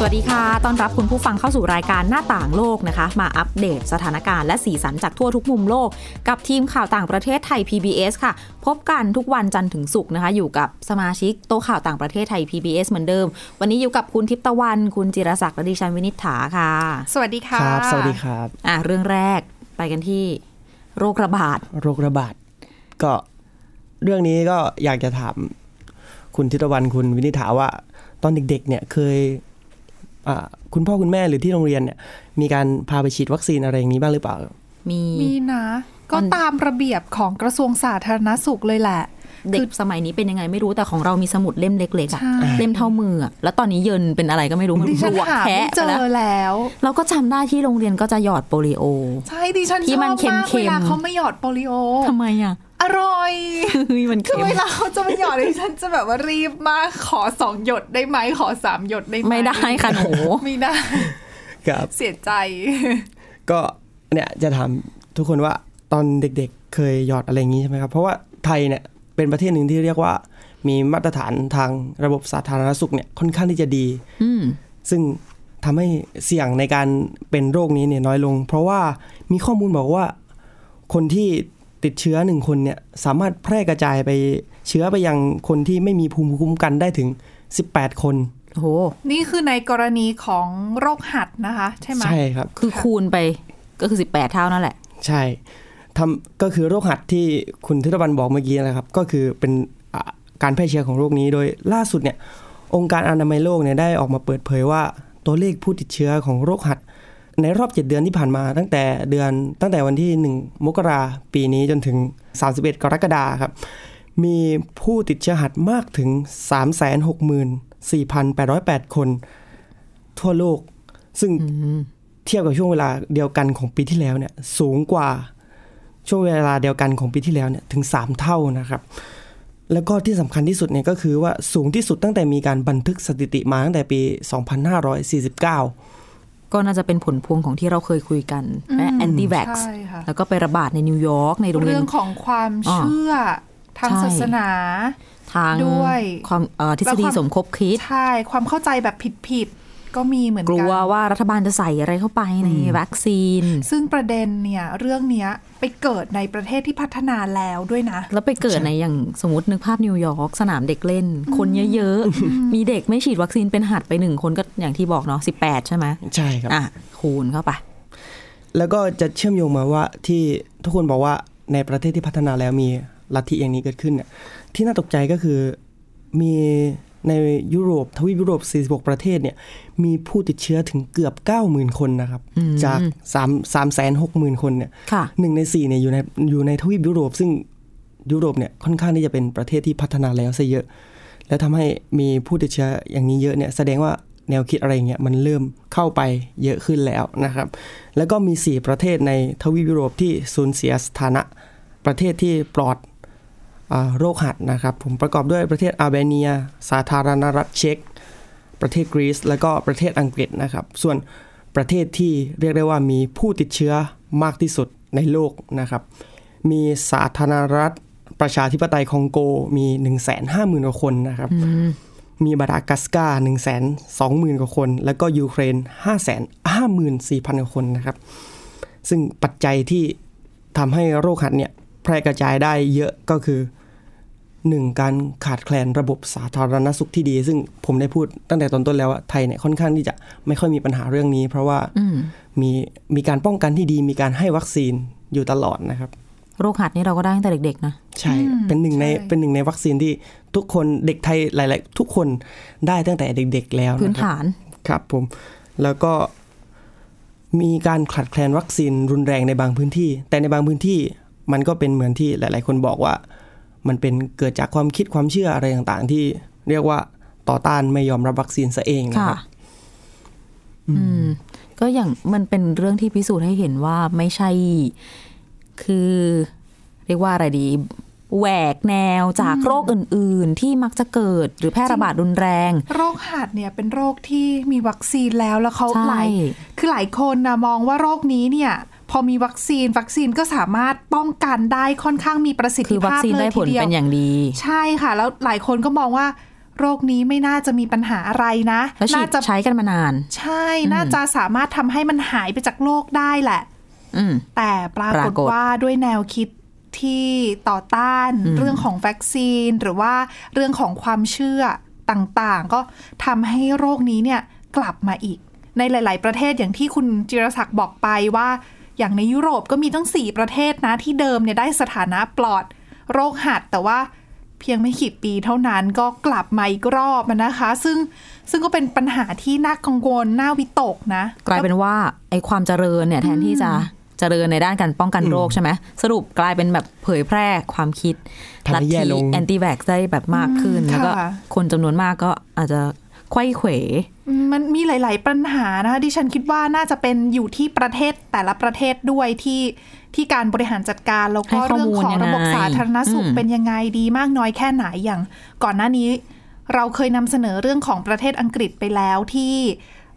สวัสดีค่ะ ต้อนรับคุณผู้ฟังเข้าสู่รายการหน้าต่างโลกนะคะ มาอัปเดตสถานการณ์และสีสันจากทั่วทุกมุมโลก กับทีมข่าวต่างประเทศไทย PBS ค่ะ พบกันทุกวันจันทร์ถึงศุกร์นะคะ อยู่กับสมาชิกโต๊ะข่าวต่างประเทศไทย PBS เหมือนเดิม วันนี้อยู่กับคุณทิพย์ตะวัน คุณจิรศักดิ์และดิฉันวินิษฐาค่ะ สวัสดีค่ะ ครับ สวัสดีครับ อ่ะเรื่องแรกไปกันที่โรคระบาด โรคระบาด ก็เรื่องนี้ก็อยากจะถาม คุณทิตวันคุณวินิษฐาว่า ตอนเด็กๆ เนี่ยเคยอ่าคุณพ่อคุณแม่หรือที่โรงเรียนเนี่ย มีการพาไปฉีดวัคซีนอะไรอย่างนี้บ้างหรือเปล่า มี มีนะ ก็ ตอน ตามระเบียบของกระทรวงสาธารณสุขเลยแหละ เด็กสมัยนี้เป็นยังไงไม่รู้แต่ของเรามีสมุดเล่มเล็กๆอะ ใช่ เล่มเท่ามืออะแล้วตอนนี้เยินเป็นอะไรก็ไม่รู้มัน ดิฉัน บวก หาไม่ แคะ เจ แล้ว อแล้ว เราก็จำได้ที่โรงเรียนก็จะหยอดโปลิโอ ใช่ดิฉัน ที่มัน ชอบาก เค็มๆ เวลาเขาไม่หยอดโปลิโอ ทำไมอ่ะ อร่อย มัน คือ เค็ม เวลาเขาจะมาหยอด ดิฉันจะแบบว่ารีบมากขอสองหยดได้ไหมขอสามหยดได้ไหม ไม่ได้ค่ะหนู ไม่ได้ ครับ เสียใจ ก็เนี่ยจะถามทุกคนว่าตอนเด็กๆ เคยหยอดอะไรอย่างนี้ใช่ไหมครับ เพราะว่าไทยเนี่ยเป็นประเทศหนึ่งที่เรียกว่า มีมาตรฐานทางระบบสาธารณสุขเนี่ยค่อนข้างที่จะดี อืม ซึ่งทำให้เสี่ยงในการเป็นโรคนี้เนี่ยน้อยลง เพราะว่ามีข้อมูลบอกว่า คนที่ติดเชื้อหนึ่งคนเนี่ยสามารถแพร่กระจายไปเชื้อไปยังคนที่ไม่มีภูมิคุ้มกันได้ถึง 18 คน โห นี่คือในกรณีของโรคหัดนะคะ ใช่ไหม ครับ คือคูณไปก็คือ 18 เท่านั่นแหละ ใช่ทำก็คือโรคหัดที่คุณธิตบันบอกเมื่อกี้นะครับ ก็คือเป็นอ่าการแพร่เชื้อของโรคนี้โดยล่าสุดเนี่ย องค์การอนามัยโลกเนี่ยได้ออกมาเปิดเผยว่าตัวเลขผู้ติดเชื้อของโรคหัด ในรอบ 7 เดือนที่ผ่านมา ตั้งแต่เดือนตั้งแต่วันที่ 1 มกราปีนี้จนถึง 31 กรกฎาครับ มีผู้ติดเชื้อหัดมากถึง 364,808 คน ทั่วโลก ซึ่ง เทียบกับช่วงเวลาเดียวกันของปีที่แล้วเนี่ยสูงกว่าช่วงเวลาเดียวกันของปีที่แล้วเนี่ยถึง 3 เท่านะครับ แล้วก็ที่สำคัญที่สุดเนี่ยก็คือว่าสูงที่สุดตั้งแต่มีการบันทึกสถิติมาตั้งแต่ปี 2549 ก็น่าจะเป็นผลพวงของที่เราเคยคุยกันแอนตี้แว็กซ์ ใช่ค่ะ แล้วก็ไประบาดในนิวยอร์กในโรงเรีย เรื่ น องของความเชื่อทาง ใช่ ศาสนา ทาง ด้วย ความเอ่อทฤษฎีสมคบคิด ใช่ ความเข้าใจแบบผิดๆ ก็มีเหมือน กลั กั วว่ารัฐบาลจะใส่อะไรเข้าไปในวัคซีน ซึ่งประเด็นเนี่ย เรื่องเนี้ยไปเกิดในประเทศที่พัฒนาแล้วด้วยนะ แล้วไปเกิดในอย่างสมมตินึกภาพนิวยอร์กสนามเด็กเล่น คนเยอะๆ มีเด็กไม่ฉีดวัคซีนเป็นหัดไปหนึ่งคนก็อย่างที่บอกเนาะ18 ใช่ไหม ใช่ครับ อ่ะคูณเข้าไป แล้วก็จะเชื่อมโยงมาว่าที่ทุกคนบอกว่าในประเทศที่พัฒนาแล้วมีลัทธิอย่างนี้เกิดขึ้นเนี่ยที่น่าตกใจก็คือมีในยุโรปทวีปยุโรป 46 ประเทศเนี่ยมีผู้ติดเชื้อถึงเกือบ 90,000 คนนะครับ จาก3 3 6 0 0 0 คนเนี่ย ค่ะ หนึ่งในสี่เนี่ยอยู่ในอยู่ในทวีปยุโรป ซึ่งยุโรปเนี่ยค่อนข้างที่จะเป็นประเทศที่พัฒนาแล้วซะเยอะ แล้วทำให้มีผู้ติดเชื้ออย่างนี้เยอะเนี่ยแสดงว่าแนวคิดอะไรอย่างเงี้ยมันเริ่มเข้าไปเยอะขึ้นแล้วนะครับ แล้วก็มี 4 ประเทศในทวีปยุโรปที่สูญเสียสถานะประเทศที่ปลอดอาโรคหัดนะครับ ผมประกอบด้วยประเทศอาร์เบเนีย สาธารณรัฐเช็ก ประเทศกรีซแล้วก็ประเทศอังกฤษนะครับ ส่วนประเทศที่เรียกได้ว่ามีผู้ติดเชื้อมากที่สุดในโลกนะครับ มีสาธารณรัฐประชาธิปไตยคองโกมี 1 5 0 0 0 0กว่าคนนะครับ มีมาดากัสการ์1 2 0 0 0 0 กว่าคน แล้วก็ยูเครน 5 5 4 0 0 0 กว่าคนนะครับ ซึ่งปัจจัยที่ทำให้โรคหัดเนี่ยแพร่กระจายได้เยอะก็คือ หนึ่งการขาดแคลนระบบสาธารณสุขที่ดี ซึ่งผมได้พูดตั้งแต่ตอนต้นแล้วว่าไทยเนี่ยค่อนข้างที่จะไม่ค่อยมีปัญหาเรื่องนี้ เพราะว่ามีมีการป้องกันที่ดี มีการให้วัคซีนอยู่ตลอดนะครับ โรคหัดนี่เราก็ได้ตั้งแต่เด็กๆนะ ใช่เป็นหนึ่งใน ใช่ เป็นหนึ่งในวัคซีนที่ทุกคนเด็กไทยหลาย ๆ ทุกคนได้ตั้งแต่เด็ก ๆ แล้ว พื้น นะครับ ฐาน ครับผม แล้วก็มีการขาดแคลนวัคซีนรุนแรงในบางพื้นที่ แต่ในบางพื้นที่มันก็เป็นเหมือนที่หลาย ๆ คนบอกว่า มันเป็นเกิดจากความคิดความเชื่ออะไรต่าง ๆ ที่เรียกว่าต่อต้านไม่ยอมรับวัคซีนซะเองนะ ค่ะ ครับ อืม ก็อย่างมันเป็นเรื่องที่พิสูจน์ให้เห็นว่าไม่ใช่ คือ เรียกว่าอะไรดี แหวกแนวจากโรคอื่น ๆ ที่มักจะเกิดหรือแพร่ระบาดรุนแรง โรคหัดเนี่ยเป็นโรคที่มีวัคซีนแล้วแล้วเขา ใช่ หลายคือหลายคนนะมองว่าโรคนี้เนี่ย พอมีวัคซีนวัคซีนก็สามารถป้องกันได้ค่อนข้างมีประสิท คื ธิ อวัค ภาพ ซีน เล ได้ ย ผ ที ล เดียว เป็นอย่างดี ใช่ค่ะ แล้วหลายคนก็มองว่า โรคนี้ไม่น่าจะมีปัญหาอะไรนะ แล้วฉี น่า ด จะ ใช้กันมานาน ใช่น่าจะสามารถทำให้มันหายไปจากโลกได้แหละ อืม แต่ปราก ป ฏ รากฏ ว่าด้วยแนวคิดที่ต่อต้านเรื่องของวัคซีน หรือว่าเรื่องของความเชื่อต่างๆ ก็ทำให้โรคนี้เนี่ยกลับมาอีก ในหลาย ๆ ประเทศอย่างที่คุณจิรศักดิ์บอกไปว่า อย่างในยุโรปก็มีตั้ง 4 ประเทศนะที่เดิมเนี่ยได้สถานะปลอดโรคหัด แต่ว่าเพียงไม่กี่ปีเท่านั้นก็กลับมาอีกรอบนะคะ ซึ่งซึ่งก็เป็นปัญหาที่น่ากังวลน่าวิตกนะ กลายเป็นว่าไอ้ความเจริญเนี่ยแทนที่จะเจริญในด้านการป้องกันโรคใช่ไหมสรุปกลายเป็นแบบเผยแพร่ความคิด ทำให้แย่ลง แอนตี้แวกได้แบบมากขึ้น อืม แล้วก็ ค่ะ คนจำนวนมากก็อาจจะไขว้เขว อืมมันมีหลาย ๆ ปัญหานะคะที่ฉันคิดว่าน่าจะเป็นอยู่ที่ประเทศแต่ละประเทศด้วยที่ที่การบริหารจัดการแล้วก็ ให้ข้อ เรื่อง มูล ของระบบ ยังไง สาธารณสุข อืม เป็นยังไงดีมากน้อยแค่ไหนอย่าง ก่อนหน้านี้ เราเคยนำเสนอเรื่องของประเทศอังกฤษไปแล้วที่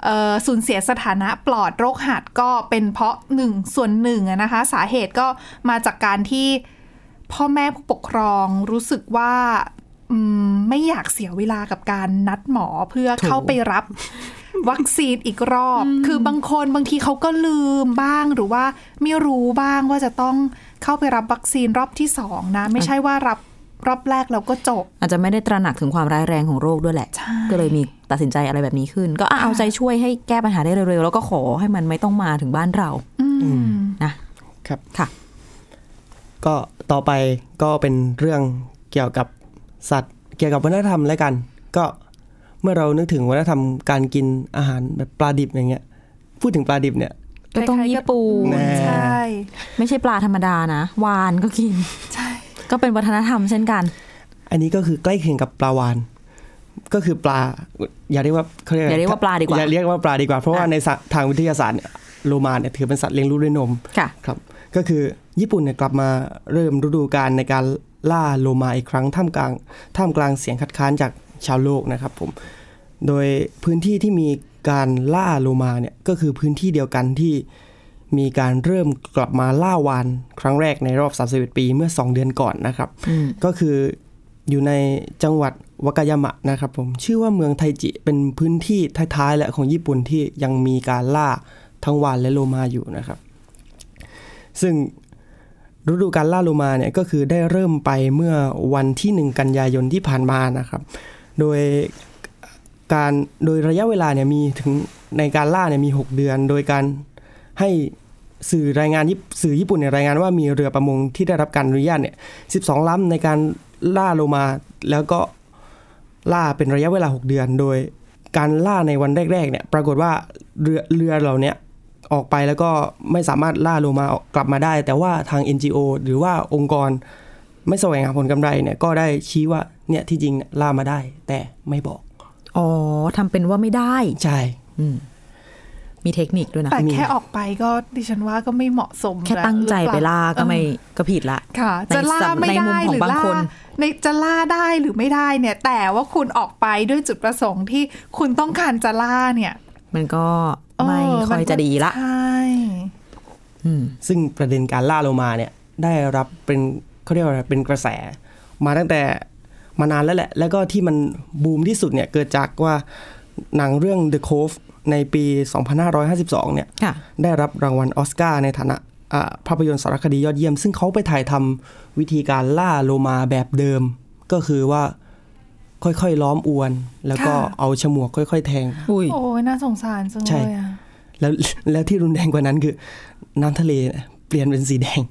เอ่อสูญเสียสถานะปลอดโรคหัดก็เป็นเพราะหนึ่งส่วนหนึ่งอะนะคะ สาเหตุก็มาจากการที่ พ่อแม่ผู้ปกครองรู้สึกว่าอืมไม่อยากเสียเวลากับการนัดหมอเพื่อเข้าไปรับ วัคซีนอีกรอบ คือบางคนบางทีเขาก็ลืมบ้างหรือว่าไม่รู้บ้างว่าจะต้องเข้าไปรับวัคซีนรอบที่สองนะ ไม่ใช่ว่ารับรอบแรกแล้วก็จบ อาจจะไม่ได้ตระหนักถึงความร้ายแรงของโรคด้วยแหละ ใช่ ก็เลยมีตัดสินใจอะไรแบบนี้ขึ้น ก็อ่ะเอาใจช่วยให้แก้ปัญหาได้เร็วๆ แล้วก็ขอให้มันไม่ต้องมาถึงบ้านเรา อืม นะครับ ค่ะ ก็ต่อไปก็เป็นเรื่องเกี่ยวกับสัตว์ เกี่ยวกับวัฒนธรรมแล้วกัน ก็เมื่อเรานึกถึงวัฒนธรรมการกินอาหารแบบปลาดิบอย่างเงี้ยพูดถึงปลาดิบเนี่ย ก็ต้อง คล้ายๆกับ ญี่ปุ่น แน่ ใช่ ไม่ใช่ปลาธรรมดานะ วานก็กิน ใช่ ก็เป็นวัฒนธรรมเช่นกัน อันนี้ก็คือใกล้เคียงกับปลาวาน ก็คือปลาอย่าเรียกว่าเขาเรียกะไ อย่าเรียกว่าปลาดีกว่า อย่าเรียกว่าปลาดีกว่า เพราะว่า อ่ะ ในสะทางวิทยาศาสตร์เนี่ยโลมาเนี่ยถือเป็นสัตว์เลี้ยงลูกด้วยนม ค่ะ ครับก็คือญี่ปุ่นเนี่ยกลับมาเริ่มฤดูการในการล่าโลมาอีกครั้งท่ามกลางท่ามกลางเสียงคัดค้านจากชาวโลกนะครับผมโดยพื้นที่ที่มีการล่าโลมาเนี่ยก็คือพื้นที่เดียวกันที่มีการเริ่มกลับมาล่าวานครั้งแรกในรอบ31ปีเมื่อ 2 เดือนก่อนนะครับ อืม ก็คืออยู่ในจังหวัดวากายามะนะครับผมชื่อว่าเมืองไทจิเป็นพื้นที่ท้ายๆแหละของญี่ปุ่นที่ยังมีการล่าทั้งวานและโลมาอยู่นะครับ ซึ่งฤดูการล่าโลมาเนี่ยก็คือได้เริ่มไปเมื่อวันที่ 1 กันยายนที่ผ่านมานะครับ โดยการโดยระยะเวลาเนี่ยมีถึงในการล่าเนี่ยมี 6 เดือน โดยการให้สื่อรายงานญี่สื่อญี่ปุ่นเนี่ยรายงานว่ามีเรือประมงที่ได้รับการอนุญาตเนี่ย 12 ลำในการล่าโลมาแล้วก็ล่าเป็นระยะเวลา 6 เดือน โดยการล่าในวันแรกๆเนี่ยปรากฏว่าเรือเรือเหล่าเนี้ยออกไปแล้วก็ไม่สามารถล่าโลมาออกกลับมาได้ แต่ว่าทาง NGO หรือว่าองค์กรไม่แสวงหาผลกำไรเนี่ยก็ได้ชี้ว่าเนี่ยที่จริงเนี่ยล่ามาได้ แต่ไม่บอก อ๋อทำเป็นว่าไม่ได้ ใช่ อืม มีเทคนิคด้วยนะ แต่แค่ออกไปก็ดิฉันว่าก็ไม่เหมาะสม แค่ตั้งใจไปล่าก็ไม่ เออ ก็ผิดละ ค่ะ ใน จะล่า สำ ไม่ ในมุม ได้ ขอหรือบงาง ล่า คน ในจะล่าได้หรือไม่ได้เนี่ย แต่ว่าคุณออกไปด้วยจุดประสงค์ที่คุณต้องการจะล่าเนี่ย มันก็ เออ ไม่ค่อย นก็ จะดีละ ใช่ อืม ซึ่งประเด็นการล่าโลมาเนี่ยได้รับเป็นเขาเรียกว่าอะไรเป็นกระแส มาตั้งแต่มานานแล้วแหละ แล้วก็ที่มันบูมที่สุดเนี่ยเกิดจากว่าหนังเรื่อง The Cove ในปี 2552 เนี่ย ค่ะ ได้รับรางวัลออสการ์ในฐานะอ่าภาพยนตร์สารคดียอดเยี่ยม ซึ่งเขาไปถ่ายทำวิธีการล่าโลมาแบบเดิม ก็คือว่าค่อยๆล้อมอวน แล้วก็เอาฉมวกค่อยๆแทง อุ้ย โอ้ยน่าสงสารจัง ใช่ เลยอะ แล้วแล้วที่รุนแรงกว่านั้นคือน้ำทะเลเปลี่ยนเป็นสีแดง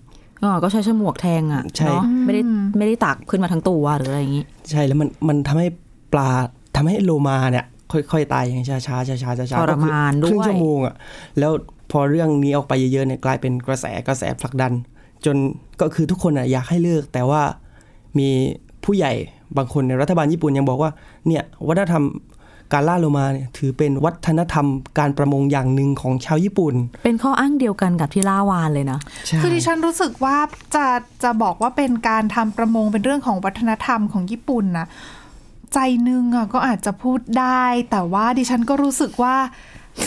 อ๋อ ก็ใช้ฉมวกแทงอ่ะ ใช่ เนาะไม่ได้ไม่ได้ตักขึ้นมาทั้งตัวหรืออะไรอย่างนี้ ใช่แล้วมันมันทำให้ปลาทำให้โลมาเนี่ย ค่อยๆ ตายอย่างช้าๆช้าๆช้าๆช้าๆ ทรมาน ก็คือครึ่ด้วงย ชั่วโมงอ่ะแล้วพอเรื่องนี้ออกไปเยอะๆเนี่ยกลายเป็นกระแสกระแสผลักดัน จนก็คือทุกคนอ่ะอยากให้เลิก แต่ว่ามีผู้ใหญ่บางคนในรัฐบาลญี่ปุ่นยังบอกว่าเนี่ยวัฒนธรรม การล่าโลมาเนี่ยถือเป็นวัฒนธรรมการประมงอย่างหนึ่งของชาวญี่ปุ่น เป็นข้ออ้างเดียวกันกับที่ล่าวานเลยนะ คือดิฉันรู้สึกว่าจะจะบอกว่าเป็นการทำประมงเป็นเรื่องของวัฒนธรรมของญี่ปุ่นนะใจหนึงอะก็อาจจะพูดได้ แต่ว่าดิฉันก็รู้สึกว่า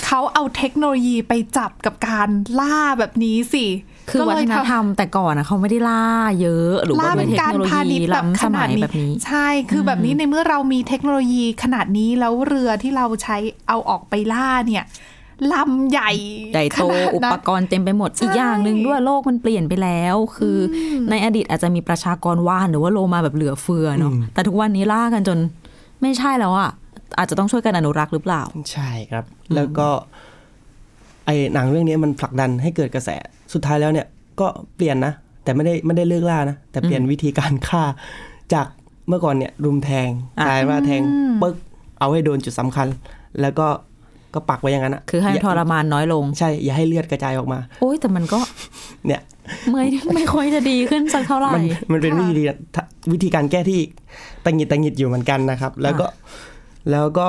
เขาเอาเทคโนโลยีไปจับกับการล่าแบบนี้สิ คือ ก็ วั เล ฒ ย นธรรมแต่ก่อนนะเขาไม่ได้ล่าเยอะ หรือ ล่า ว่า เป็ ด้วย น เทค การ โนโล พา ยี ณิชย์แบบ ล้ำ ข ส นา มั ด ย นี้ แบบนี้ ใช่คือแบบนี้ในเมื่อเรามีเทคโนโลยีขนาดนี้แล้วเรือที่เราใช้เอาออกไปล่าเนี่ยลำใหญ่ ใหญ่โต ขนาด อุ นั้ ป น กรณ์เต็มไปหมด ใช่ อีกอย่างหนึ่งด้วยโลกมันเปลี่ยนไปแล้ว คืออในอดีตอาจจะมีประชากรว่านหรือว่าโลมาแบบเหลือเฟือเนาะ แต่ทุกวันนี้ล่ากันจนไม่ใช่แล้วอะอาจจะต้องช่วยกันอนุรักษ์หรือเปล่า ใช่ครับ แล้วก็ไอหนังเรื่องนี้มันผลักดันให้เกิดกระแสสุดท้ายแล้วเนี่ยก็เปลี่ยนนะ แต่ไม่ได้ไม่ได้เลิกล่านะ แต่เปลี่ยนวิธีการฆ่า จากเมื่อก่อนเนี่ยรุมแทง อ่ะ กลายว่าแทงปึ๊กเอาให้โดนจุดสำคัญ แล้วก็ก็ปักไว้อย่างนั้นอะ คือให้ ย่า ทรมานน้อยลง ใช่ อย่าให้เลือดกระจายออกมา โอ้ยแต่มันก็ เนี่ย ไม่ ไม่ค่อย จะดีขึ้นสักเท่าไหร่ มัน มันเป็น ค่ะ วิธีทะวิธีการแก้ที่ตังหงิดตังหงิดอยู่เหมือนกันนะครับ แล้วก็แล้วก็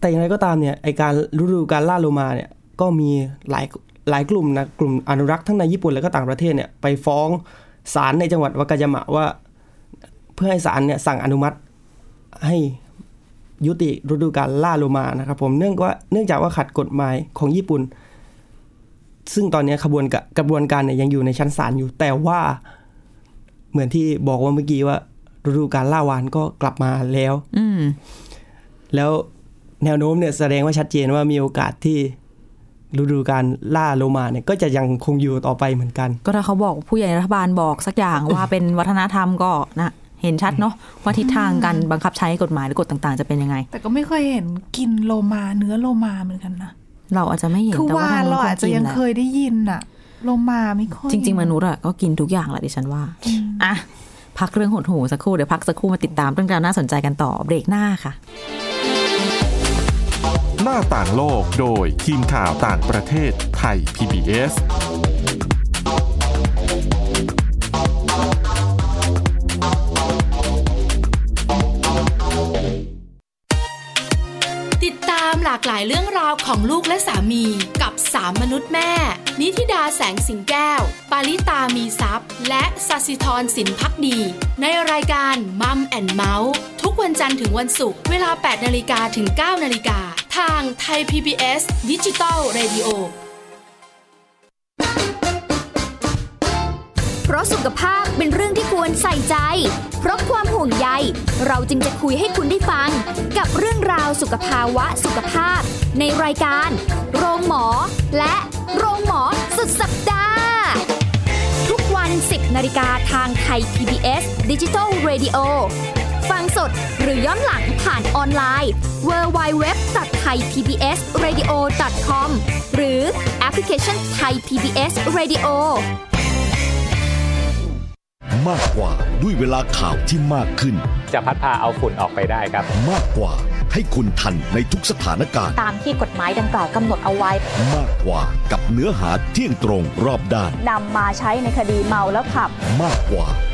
แต่อย่างไรก็ตามเนี่ยไอการฤดูการล่าโลมาเนี่ยก็มีหลายหลายกลุ่มนะกลุ่มอนุรักษ์ทั้งในญี่ปุ่นแล้วก็ต่างประเทศเนี่ยไปฟ้องศาลในจังหวัดวากายามะว่า เพื่อให้ศาลเนี่ยสั่งอนุมัติให้ยุติฤดูการล่าโลมานะครับผมเนื่องว่าเนื่องจากว่าขัดกฎหมายของญี่ปุ่น ซึ่งตอนเนี้ยขบวนกะกระบวนการเนี่ยยังอยู่ในชั้นศาลอยู่แต่ว่า เหมือนที่บอกว่าเมื่อกี้ว่าฤดูการล่าวานก็กลับมาแล้ว อืม แล้วแนวโน้มเนี่ยแสดงว่าชัดเจนว่ามีโอกาสที่ฤดูการล่าโลมาเนี่ยก็จะยังคงอยู่ต่อไปเหมือนกัน ก็ถ้าเขาบอกผู้ใหญ่รัฐบาลบอกสักอย่างว่าเป็นวัฒนธรรมก็นะเห็นชัดเนาะว่าทิศทางการบังคับใช้กฎหมายหรือกฎต่างๆ จะเป็นยังไง แต่ก็ไม่เคยเห็นกินโลมาเนื้อโลมาเหมือนกันนะ เราอาจจะไม่เห็น คือ แต่ว่า ว่า ทาง เรา โลก อาจจะยักินงแหละ เคยได้ยินอะโลมาไม่ค่อย จริง ๆ มนุษย์อะก็กินทุกอย่างแหละดิฉันว่า อ่ะ พักเรื่องหดหูสักครู่ เดี๋ยวพักสักครู่มาติดตามเรื่องราวน่าสนใจกันต่อเบรกหน้าค่ะ หน้าต่างโลกโดยทีมข่าวต่างประเทศไทย PBS ติดตามหลากหลายเรื่องราวของลูกและสามีกับสามมนุษย์แม่ นิธิดาแสงสิงแก้ว ปาริตามีซัพย์ และสัสิธรสินพักดี ในรายการมัมแอนเมาส์ทุกวันจันทร์ถึงวันศุกร์เวลา 8นาฬิกาถึง 9นาฬิกาทางไทย PBS ดิจิตอล Radio เพราะสุขภาพเป็นเรื่องที่ควรใส่ใจ เพราะความห่วงใย เราจึงจะคุยให้คุณได้ฟัง กับเรื่องราวสุขภาวะสุขภาพ ในรายการ โรงหมอ และโรงหมอสุดสัปดาห์ ทุกวัน 10นาฬิกาทางไทย PBS d i g i ดิจิ Radio ฟังสดหรือย้อนหลังผ่านออนไลน์ www.thaipbsradio.com หรือแอปพลิเคชัน Thai PBS Radio มากกว่าด้วยเวลาข่าวที่มากขึ้น จะพัดพาเอาฝุ่นออกไปได้ครับ มากกว่าให้คุณทันในทุกสถานการณ์ ตามที่กฎหมายดังกล่าวกำหนดเอาไว้ มากกว่ากับเนื้อหาเที่ยงตรงรอบด้าน นำมาใช้ในคดีเมาแล้วขับ มากกว่า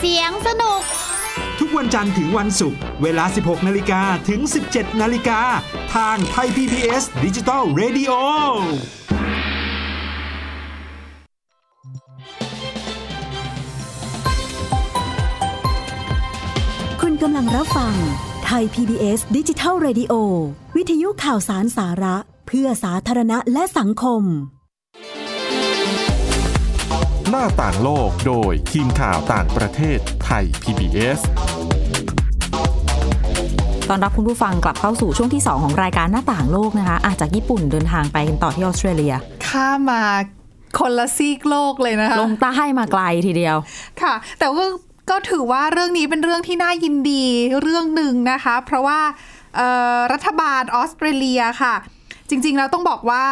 เสียงสนุก ทุกวันจันทร์ถึงวันศุกร์เวลา 16 นาฬิกาถึง 17 นาฬิกา ทางไทย PBS ดิจิ t a l Radio คุณกำลังรับฟังไทย PBS ดิจิทัล Radio วิทยุข่าวสารสาระ เพื่อสาธารณะและสังคม หน้าต่างโลกโดยทีมข่าวต่างประเทศไทย PBS ตอนรับคุณผู้ฟังกลับเข้าสู่ช่วงที่ 2 ของรายการหน้าต่างโลกนะคะอาจากญี่ปุ่นเดินทางไปกันต่อที่ออสเตรเลีย ข้ามมาคนละซีกโลกเลยนะคะ ลงใต้มาไกลทีเดียว ค่ะ แต่ว่าก็ถือว่าเรื่องนี้เป็นเรื่องที่น่ายินดีเรื่องหนึ่งนะคะ เพราะว่า เอ่อรัฐบาลออสเตรเลียค่ะ จริงๆแล้วต้องบอกว่า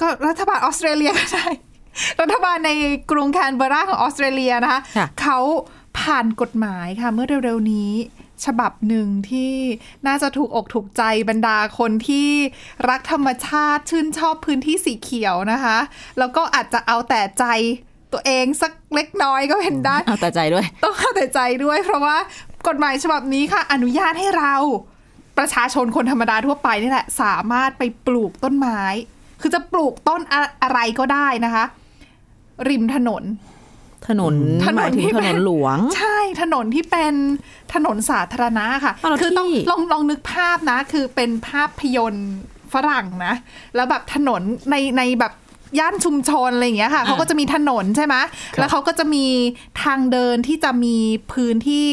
ก็รัฐบาลออสเตรเลียก็ได้ รัฐบาลในกรุงแคนเบอร์ราของออสเตรเลียนะคะเขาผ่านกฎหมายค่ะ เมื่อเร็วๆนี้ ฉบับหนึ่งที่น่าจะถูกอกถูกใจบรรดาคนที่รักธรรมชาติชื่นชอบพื้นที่สีเขียวนะคะ แล้วก็อาจจะเอาแต่ใจตัวเองสักเล็กน้อยก็เป็นได้ เอาแต่ใจด้วย ต้องเข้าแต่ใจด้วยเพราะว่ากฎหมายฉบับนี้ค่ะ อนุญาตให้เราประชาชนคนธรรมดาทั่วไปนี่แหละ สามารถไปปลูกต้นไม้ คือจะปลูกต้นอะอะไรก็ได้นะคะ ริมถนน ถนน ถน หมานยถึง ที่ ถ เป็นน นหลวง ใช่ถนนที่เป็นถนนสาธารณะค่ะ อ้าวแล้ว คือต้อง ที่ ลองลองนึกภาพนะ คือเป็นภาพยนตร์ฝรั่งนะ แล้วแบบถนนในในแบบย่านชุมชนอะไรอย่างเงี้ยค่ะเขาก็จะมีถนนใช่ไหมแล้วเขาก็จะมีทางเดินที่จะมีพื้นที่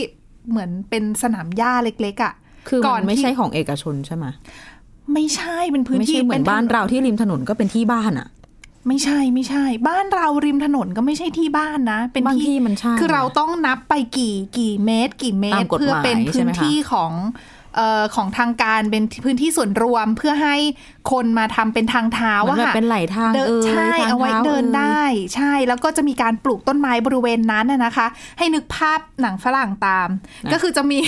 เหมือนเป็นสนามหญ้าเล็กๆอะ่ะ คือ ก่ มันไม่ ที่ ใช่ของเอกชนใช่ไหม ไม่ใช่เป็นพื้น ไม่ ที่ ใช่เหมือน ป็ถ บ้านเราที่ริมถนนก็เป็นที่บ้านอ่ะ ไม่ใช่ไม่ใช่ บ้านเราริมถนนก็ไม่ใช่ที่บ้านนะ เป็น บางที่มันใช่ คือเราต้องนับไปกี่กี่เมตร กี่เมต ตาร มกฎหมาย เพื่อเป็น ใช่ พื้ ไหมนคะ ที่ของเอ่อของทางการเป็นพื้นที่ส่วนรวมเพื่อให้คนมาทำเป็นทางเท้า เหมือนแบบอะค่ะ เป็นไหลทาง เดิน เอย ใช่ ทง เอาไว้ ท้ เดิน อ่ย ได้ ใช่แล้วก็จะมีการปลูกต้นไม้บริเวณนั้นน่ะนะคะ ให้นึกภาพหนังฝรั่งตาม นะ ก็คือจะมี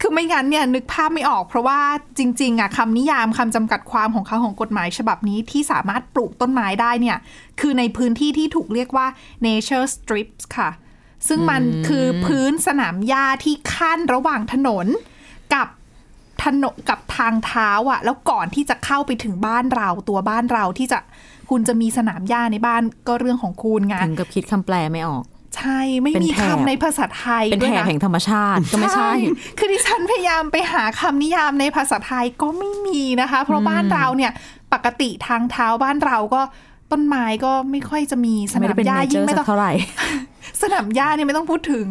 คือไม่งั้นเนี่ยนึกภาพไม่ออกเพราะว่าจริงๆอ่ะคำนิยามคำจำกัดความของเขาของกฎหมายฉบับนี้ที่สามารถปลูกต้นไม้ได้เนี่ย คือในพื้นที่ที่ถูกเรียกว่า nature strips ค่ะ ซึ่งมันคือพื้นสนามหญ้าที่ขั้นระหว่างถนนกับถนนกับทางเท้าอ่ะ แล้วก่อนที่จะเข้าไปถึงบ้านเราตัวบ้านเราที่จะคุณจะมีสนามหญ้าในบ้านก็เรื่องของคุณไง ถึงกับคิดคำแปลไม่ออก ใช่ไม่ เป็น มี แถบ คำในภาษาไทย เป็น ด้วย แถบ นะ แห่งธรรมชาติก็ไม่ใช่ คือดิฉันพยายามไปหาคำนิยามในภาษาไทยก็ไม่มีนะคะ เพราะบ้านเราเนี่ยปกติทางเท้าบ้านเราก็ต้นไม้ก็ไม่ค่อยจะมีส ไม่ นา ได้ ม เป็น หญ้า เนเจ ยิ่ องร์ ไม่ สั ต้อก ง เท่าไหร่ สนามหญ้าเนี่ยไม่ต้องพูดถึง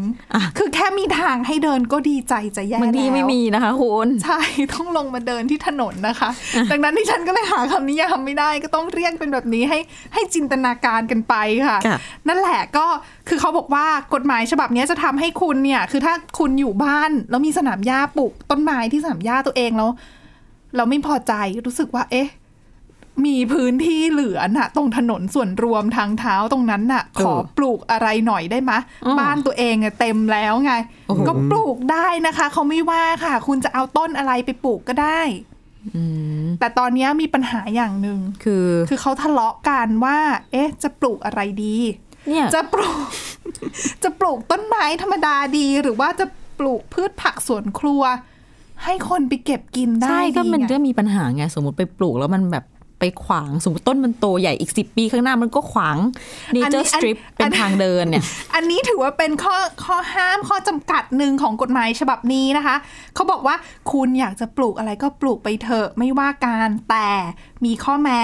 คือแค่มีทางให้เดินก็ดีใจจะแย่ บางที่ แล้ว ไม่มีนะคะคุณ ใช่ต้องลงมาเดินที่ถนนนะคะ ดังนั้นดิฉันก็เลยหาคำนิยามไม่ได้ก็ต้องเรียกเป็นแบบนี้ให้ให้จินตนาการกันไปค่ะ ค่ะ นั่นแหละก็คือเขาบอกว่ากฎหมายฉบับเนี้ยจะทำให้คุณเนี่ย คือถ้าคุณอยู่บ้านแล้วมีสนามหญ้าปลูกต้นไม้ที่สนามหญ้าตัวเองแล้ว เราไม่พอใจรู้สึกว่า เอ๊ะ มีพื้นที่เหลือน่ะ ตรงถนนส่วนรวมทางเท้าตรงนั้นน่ะ ขอปลูกอะไรหน่อยได้ไหมะ อ๋อ บ้านตัวเองอะเต็มแล้วไง โอ้โห ก็ปลูกได้นะคะเขาไม่ว่าค่ะ คุณจะเอาต้นอะไรไปปลูกก็ได้แต่ตอนเนี้ยมีปัญหาอย่างหนึ่ง คือ คือเขาทะเลาะกันว่า เอ๊ะ จะปลูกอะไรดี เนี่ย จะปลูก จะปลูกต้นไม้ธรรมดาดี หรือว่าจะปลูกพืชผักสวนครัว ให้คนไปเก็บกินได้ ใช่ก็ ดี มัน ไง ก็มีปัญหาไงสมมติไปปลูกแล้วมันแบบไปขวางสมมติต้นมันโตใหญ่อีกสิปีข้างหน้ามันก็ขวางเนเจอร์สตริปเป็นทางเดินเนี่ย อันนี้ถือว่าเป็นข้อข้อห้ามข้อจำกัดหนึ่งของกฎหมายฉบับนี้นะคะเขาบอกว่าคุณอยากจะปลูกอะไรก็ปลูกไปเถอะไม่ว่าการแต่มีข้อแม้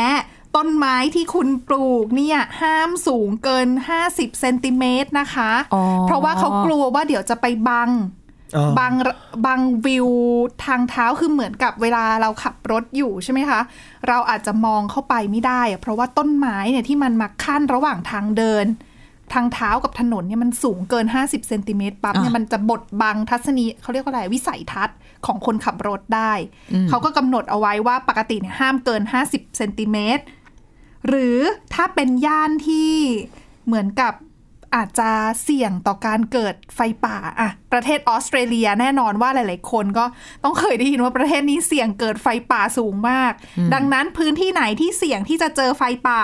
ต้นไม้ที่คุณปลูกเนี่ยห้ามสูงเกิน 50เซนติเมตรนะคะ อ๋อ เพราะว่าเขากลัวว่าเดี๋ยวจะไปบัง อ๋อ บางระบางวิวทางเท้าคือเหมือนกับเวลาเราขับรถอยู่ใช่ไหมคะ เราอาจจะมองเข้าไปไม่ได้อะเพราะว่าต้นไม้เนี่ยที่มันมาขั้นระหว่างทางเดิน ทางเท้ากับถนนเนี่ยมันสูงเกิน 50เซนติเมตรปั๊บเนี่ย อ่ะ มันจะบดบังทัศนีเขาเรียกว่าอะไรวิสัยทัศน์ของคนขับรถได้ เขาก็กำหนดเอาไว้ว่าปกติเนี่ยห้ามเกิน 50เซนติเมตร หรือถ้าเป็นย่านที่เหมือนกับอาจจะเสี่ยงต่อการเกิดไฟป่าอะประเทศออสเตรเลียแน่นอนว่าหลาย ๆ คนก็ต้องเคยได้ยินว่าประเทศนี้เสี่ยงเกิดไฟป่าสูงมาก ดังนั้นพื้นที่ไหนที่เสี่ยงที่จะเจอไฟป่า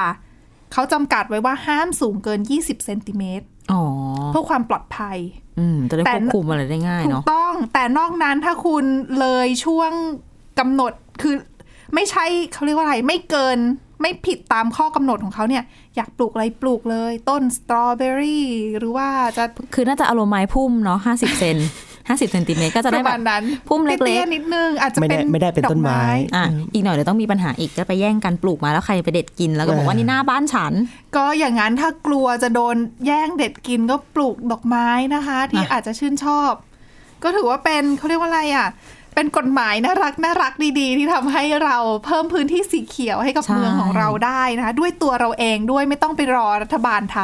เขาจำกัดไว้ว่าห้ามสูงเกิน 20 เซนติเมตร อ๋อ เพื่อความปลอดภัย อืมจะได้ แต่ ควบคุมอะไรได้ง่าย ถูก เนาะ ต้องแต่นอกนั้นถ้าคุณเลยช่วงกำหนดคือไม่ใช่เขาเรียกว่าอะไรไม่เกินไม่ผิดตามข้อกำหนดของเขาเนี่ย อยากปลูกอะไรปลูกเลย ต้นสตรอเบอรี่หรือว่าจะ คือน่าจะอารมณ์ไม้พุ่มเนาะห้าสิบเซนห้าสิบเซนติเมตรก็จะได้ ป แบ ระมา บ ณนั้น พุ่มเล็ ตี้ ก ยๆนิดนึงอาจจะ ไม่ เป็ ได้ น ไม่ได้เป็นต้นไม้ ดอก ๆอ่ะอีกหน่อยเดี๋ยวต้องมีปัญหาอีกก็ไปแย่งกันปลูกมาแล้วใครไปเด็ดกินแล้วก็บอกว่านี่หน้าบ้านฉัน ก็อย่างนั้นถ้ากลัวจะโดนแย่งเด็ดกินก็ปลูกดอกไม้นะคะ ที่ อ่ะ อาจจะชื่นชอบ ก็ถือว่าเป็นเขาเรียกว่าอะไรอ่ะเป็นกฎหมายน่ารักน่ารักดีๆ ที่ทำให้เราเพิ่มพื้นที่สีเขียวให้กับเมืองของเราได้นะคะ ด้วยตัวเราเองด้วยไม่ต้องไปรอรัฐบาลท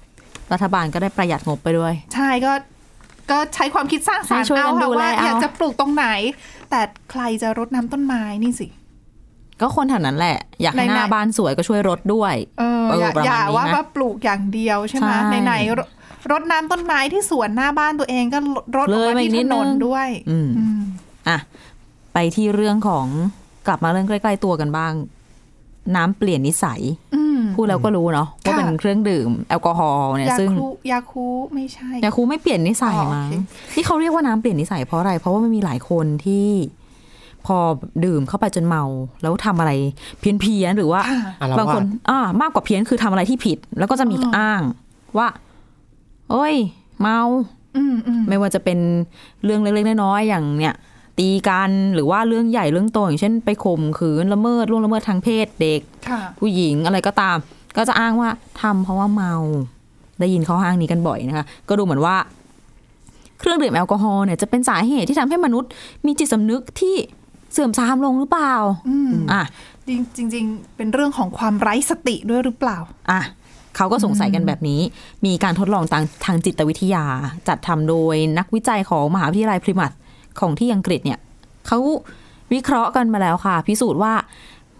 ำ รัฐบาลก็ได้ประหยัดงบไปด้วย ใช่ก็ก็ใช้ความคิดสร้างสรรค์ ให้ช่วย เอา กัน ค่ะ ดูแล ว่า เอา อยากจะปลูกตรงไหน แต่ใครจะรดน้ำต้นไม้นี่สิ ก็คนแถวนั้นแหละ อยากให้ ไหนๆ หน้าบ้านสวยก็ช่วยรถด้วย เอออย่า ประ อย่า มาณนี้ ว่า นะ ว่าปลูกอย่างเดียวใช่ไหม ใช่ ไหนๆรรดน้ำต้นไม้ที่สวนหน้าบ้านตัวเองก็รดอ เล อก ย มา ไปอีกที่นิ ถ ด นนึนง ด้วย อืม อืม อ่ะไปที่เรื่องของกลับมาเรื่องใกล้ ๆ ตัวกันบ้าง น้ำเปลี่ยนนิสัย อืม พูดแล้วก็รู้เนาะว่า ค่ะ เป็นเครื่องดื่มแอลกอฮอล์เนี่ย ยา ซึ่ง คูยาคูไม่ใช่ ยาคูไม่เปลี่ยนนิสัย อ๋อ มั้ง โอเค ที่เขาเรียกว่าน้ำเปลี่ยนนิสัยเพราะอะไร เพราะว่ามันมีหลายคนที่พอดื่มเข้าไปจนเมา แล้วทำอะไรเพี้ยนๆหรือว่า อาละวาด บางคนอ่ามากกว่าเพี้ยนคือทำอะไรที่ผิด แล้วก็จะมีอ้างว่าโอ้ย เมา อืมอืม ไม่ว่าจะเป็นเรื่องเล็กๆน้อยๆอย่างเนี่ย ตีกันหรือว่าเรื่องใหญ่เรื่องโตอย่างเช่นไปข่มขืนละเมิดล่วงละเมิดทางเพศเด็ก ค่ะ ผู้หญิงอะไรก็ตาม ก็จะอ้างว่าทำเพราะว่าเมาได้ยินเขาอ้างนี้กันบ่อยนะคะ ก็ดูเหมือนว่า เครื่องดื่มแอลกอฮอล์เนี่ยจะเป็นสาเหตุที่ทำให้มนุษย์ มีจิตสำนึกที่เสื่อมทรามลงหรือเปล่า อืม อ่ะ จริงจริง ๆ เป็นเรื่องของความไร้สติด้วยหรือเปล่า อ่ะเขาก็สงสัยกันแบบนี้ มีการทดลองทางทางจิตวิทยา จัดทำโดยนักวิจัยของมหาวิทยาลัยพริมัตของที่อังกฤษเนี่ยเขาวิเคราะห์กันมาแล้วค่ะ พิสูจน์ว่า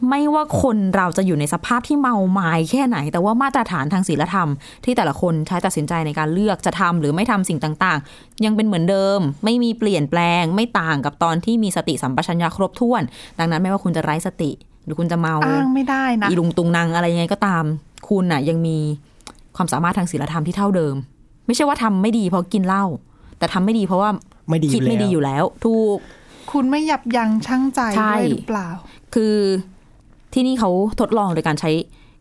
ไม่ว่าคนเราจะอยู่ในสภาพที่เมาไม้แค่ไหน แต่ว่ามาตรฐานทางศีลธรรม ที่แต่ละคนใช้ตัดสินใจในการเลือกจะทำหรือไม่ทำสิ่งต่างๆ ยังเป็นเหมือนเดิม ไม่มีเปลี่ยนแปลง ไม่ต่างกับตอนที่มีสติสัมปชัญญะครบถ้วน ดังนั้นไม่ว่าคุณจะไร้สติ หรือคุณจะเมา อ้างไม่ได้นะ อีลุงตุงนางอะไรยังไงก็ตาม คุณน่ะยังมีความสามารถทางศีลธรรมที่เท่าเดิม ไม่ใช่ว่าทำไม่ดีเพราะกินเหล้าแต่ทำไม่ดีเพราะว่า ไม่ดีอยู่ คิดไม่ดี แล้ว อยู่แล้ว ถูก คุณไม่ยับยั้งชั่งใจ ใช่ ด้วยหรือเปล่า คือที่นี่เขาทดลองโดยการใช้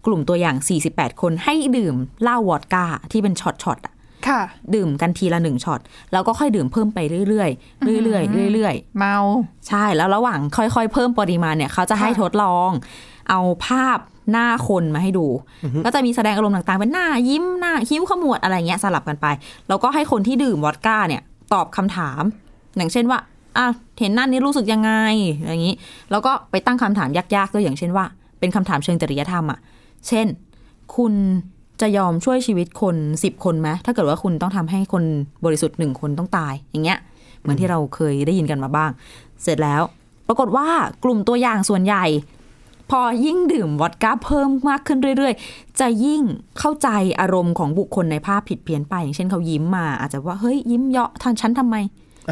กลุ่มตัวอย่าง 48 คนให้ดื่มเหล้าวอดก้าที่เป็นช็อตช็อตๆอะ ค่ะ ดื่มกันทีละหนึ่งช็อต แล้วก็ค่อยดื่มเพิ่มไปเรื่อยๆเรื่อยๆเรื่อย เมา ๆ ใช่แล้วระหว่างค่อยๆ เพิ่มปริมาณเนี่ยเขาจะให้ทดลอง เอาภาพหน้าคนมาให้ดู ก็จะมีแสดงอารมณ์ต่างๆ เป็นหน้ายิ้มหน้าคิ้วขมวดอะไรเงี้ยสลับกันไป แล้วก็ให้คนที่ดื่มวอดก้าเนี่ยตอบคำถาม อย่างเช่นว่าอ่ะเห็นหน้านี้รู้สึกยังไงอย่างนี้ แล้วก็ไปตั้งคำถามยากๆตัวอย่างเช่นว่า เป็นคำถามเชิงจริยธรรมอ่ะ เช่น คุณจะยอมช่วยชีวิตคนสิบคนไหมถ้าเกิดว่าคุณต้องทำให้คนบริสุทธิ์หนึ่งคนต้องตาย อย่างเงี้ย เหมือนที่เราเคยได้ยินกันมาบ้าง เสร็จแล้ว ปรากฏว่ากลุ่มตัวอย่างส่วนใหญ่ พอยิ่งดื่มวอดก้าเพิ่มมากขึ้นเรื่อยๆ จะยิ่งเข้าใจอารมณ์ของบุคคลในภาพผิดเพี้ยนไป อย่างเช่นเขายิ้มมา อาจจะว่าเฮ้ยยิ้มเยาะทางฉันทำไม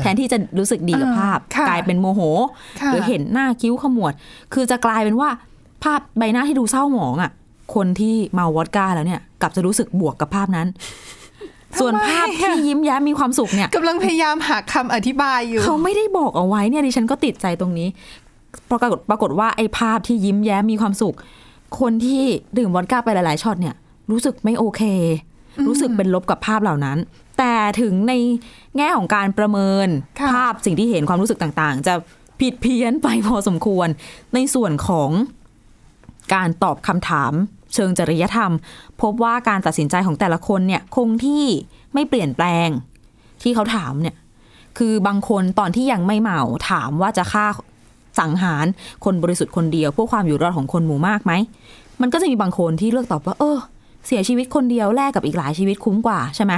แทนที่จะรู้สึกดีกับภาพ ค่ะ กลายเป็นโมโห ค่ะ หรือเห็นหน้าคิ้วขมวด คือจะกลายเป็นว่าภาพใบหน้าที่ดูเศร้าหมองอะ่ะ คนที่เมาวอดก้าแล้วเนี่ย กลับจะรู้สึกบวกกับภาพนั้น ส่วนภาพที่ยิ้มแย้มมีความสุขเนี่ย กำลังพยายามหาคำอธิบายอยู่ เขาไม่ได้บอกเอาไว้เนี่ยดิฉันก็ติดใจตรงนี้ ปรากฏปรากฏว่าไอ้ภาพที่ยิ้มแย้มมีความสุข คนที่ดื่มวอดก้าไปหลาย ๆช็อตเนี่ย รู้สึกไม่โอเค รู้สึกเป็นลบกับภาพเหล่านั้น แต่ถึงในแง่ของการประเมิน ค่ะ ภาพสิ่งที่เห็นความรู้สึกต่างๆ จะผิดเพี้ยนไปพอสมควร ในส่วนของการตอบคำถาม เชิงจริยธรรม พบว่าการตัดสินใจของแต่ละคนเนี่ยคงที่ไม่เปลี่ยนแปลงที่เขาถามเนี่ย คือบางคนตอนที่ยังไม่เมาถามว่าจะฆ่าสังหารคนบริสุทธิ์คนเดียวเพื่อความอยู่รอดของคนหมู่มากไหม มันก็จะมีบางคนที่เลือกตอบว่า เออ เสียชีวิตคนเดียวแลกกับอีกหลายชีวิตคุ้มกว่าใช่ไหม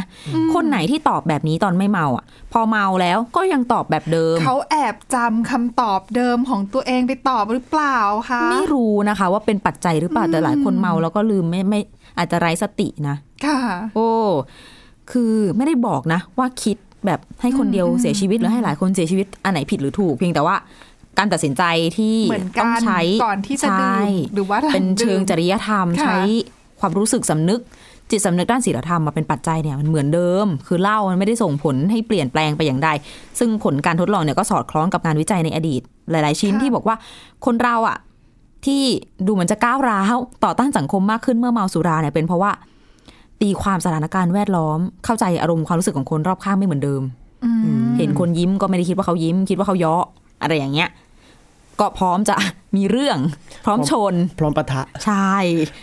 คนไหนที่ตอบแบบนี้ตอนไม่เมาอ่ะ พอเมาแล้วก็ยังตอบแบบเดิม เขาแอบจำคำตอบเดิมของตัวเองไปตอบหรือเปล่าคะ ไม่รู้นะคะ ว่าเป็นปัจจัยหรือเปล่าแต่หลายคนเมาแล้วก็ลืมไม่ไม่อาจจะไร้สตินะ ค่ะ โอ้ คือไม่ได้บอกนะ ว่าคิดแบบให้คนเดียวเสียชีวิตหรือให้หลายคนเสียชีวิตอันไหนผิดหรือถูก เพียงแต่ว่าการตัดสินใจที่ เหมือน ต้ กั อง น ใช้ ก่อนที่จะดื่ม ใช่ หรือว่าหลัง เป็นเชิงจ ดื่ม ริยธรรม ค่ะ ใช้ความรู้สึกสำนึก จิตสำนึกด้านศีลธรรมมาเป็นปัจจัยเนี่ยมันเหมือนเดิม คือเหล้ามันไม่ได้ส่งผลให้เปลี่ยนแปลงไปอย่างใด ซึ่งผลการทดลองเนี่ยก็สอดคล้องกับงานวิจัยในอดีต หลาย ๆ ชิ้นที่บอกว่าคนเราอะที่ดูเหมือนจะก้าวร้าวต่อต้านสังคมมากขึ้นเมื่อเมาสุราเนี่ยเป็นเพราะว่า ตีความสถานการณ์แวดล้อม เข้าใจอารมณ์ความรู้สึกของคนรอบข้างไม่เหมือนเดิม อืม เห็นคนยิ้มก็ไม่ได้คิดว่าเขายิ้ม คิดว่าเขาเยาะอะไรอย่างเงี้ย ก็พร้อมจะ มีเรื่อง พร้อมชน พร้อมปะทะ ใช่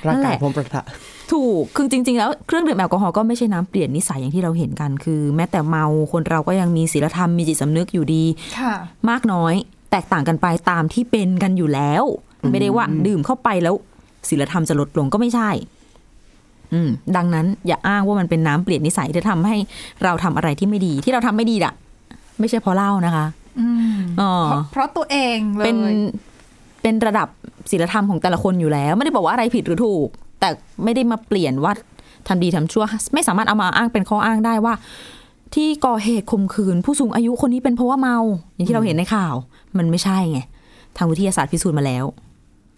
ร่าง นั่นแห กาย ละ พร้อมปะทะ ถูก คือจริง ๆ แล้วเครื่องดื่มแอลกอฮอล์ก็ไม่ใช่น้ำเปลี่ยนนิสัยอย่างที่เราเห็นกัน คือ แม้แต่เมาคนเราก็ยังมีศีลธรรมมีจิตสำนึกอยู่ดี ค่ะ มากน้อย แตกต่างกันไปตามที่เป็นกันอยู่แล้ว ไม่ได้ว่าดื่มเข้าไปแล้วศีลธรรมจะลดลงก็ไม่ใช่ อืม ดังนั้นอย่าอ้างว่ามันเป็นน้ำเปลี่ยนนิสัยจะทำให้เราทำอะไรที่ไม่ดี ที่เราทำไม่ดีอะไม่ใช่เพราะเหล้านะคะ อืม อ๋อ เพราะเพราะตัวเองเล เป็น ย เป็นระดับศีลธรรมของแต่ละคนอยู่แล้ว ไม่ได้บอกว่าอะไรผิดหรือถูก แต่ไม่ได้มาเปลี่ยนว่าทำดีทำชั่ว ไม่สามารถเอามาอ้างเป็นข้ออ้างได้ว่า ที่ก่อเหตุข่มขืน ผู้สูงอายุคนนี้เป็นเพราะว่าเมา อย่างที่เราเห็นในข่าว มันไม่ใช่ไง ทางวิทยาศาสตร์พิสูจน์มาแล้ว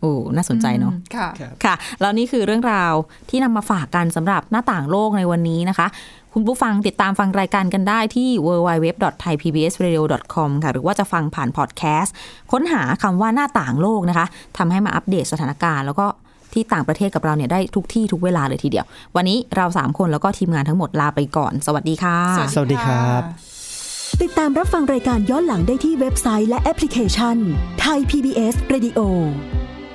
โอ้น่าสนใจเนาะ ค่ะ ค่ะแล้วนี่คือเรื่องราวที่นำมาฝากกันสำหรับหน้าต่างโลกในวันนี้นะคะ คุณผู้ฟังติดตามฟังรายการกันได้ที่ www.thaipbsradio.com ค่ะ หรือว่าจะฟังผ่านพอดแคสต์ ค้นหาคำว่าหน้าต่างโลกนะคะทำให้มาอัปเดตสถานการณ์ แล้วก็ที่ต่างประเทศกับเราเนี่ยได้ทุกที่ทุกเวลาเลยทีเดียว วันนี้เรา 3 คนแล้วก็ทีมงานทั้งหมดลาไปก่อน สวัสดีค่ะ สวัสดีครับ ติดตามรับฟังรายการย้อนหลังได้ที่เว็บไซต์และแอปพลิเคชันไทย PBS Radio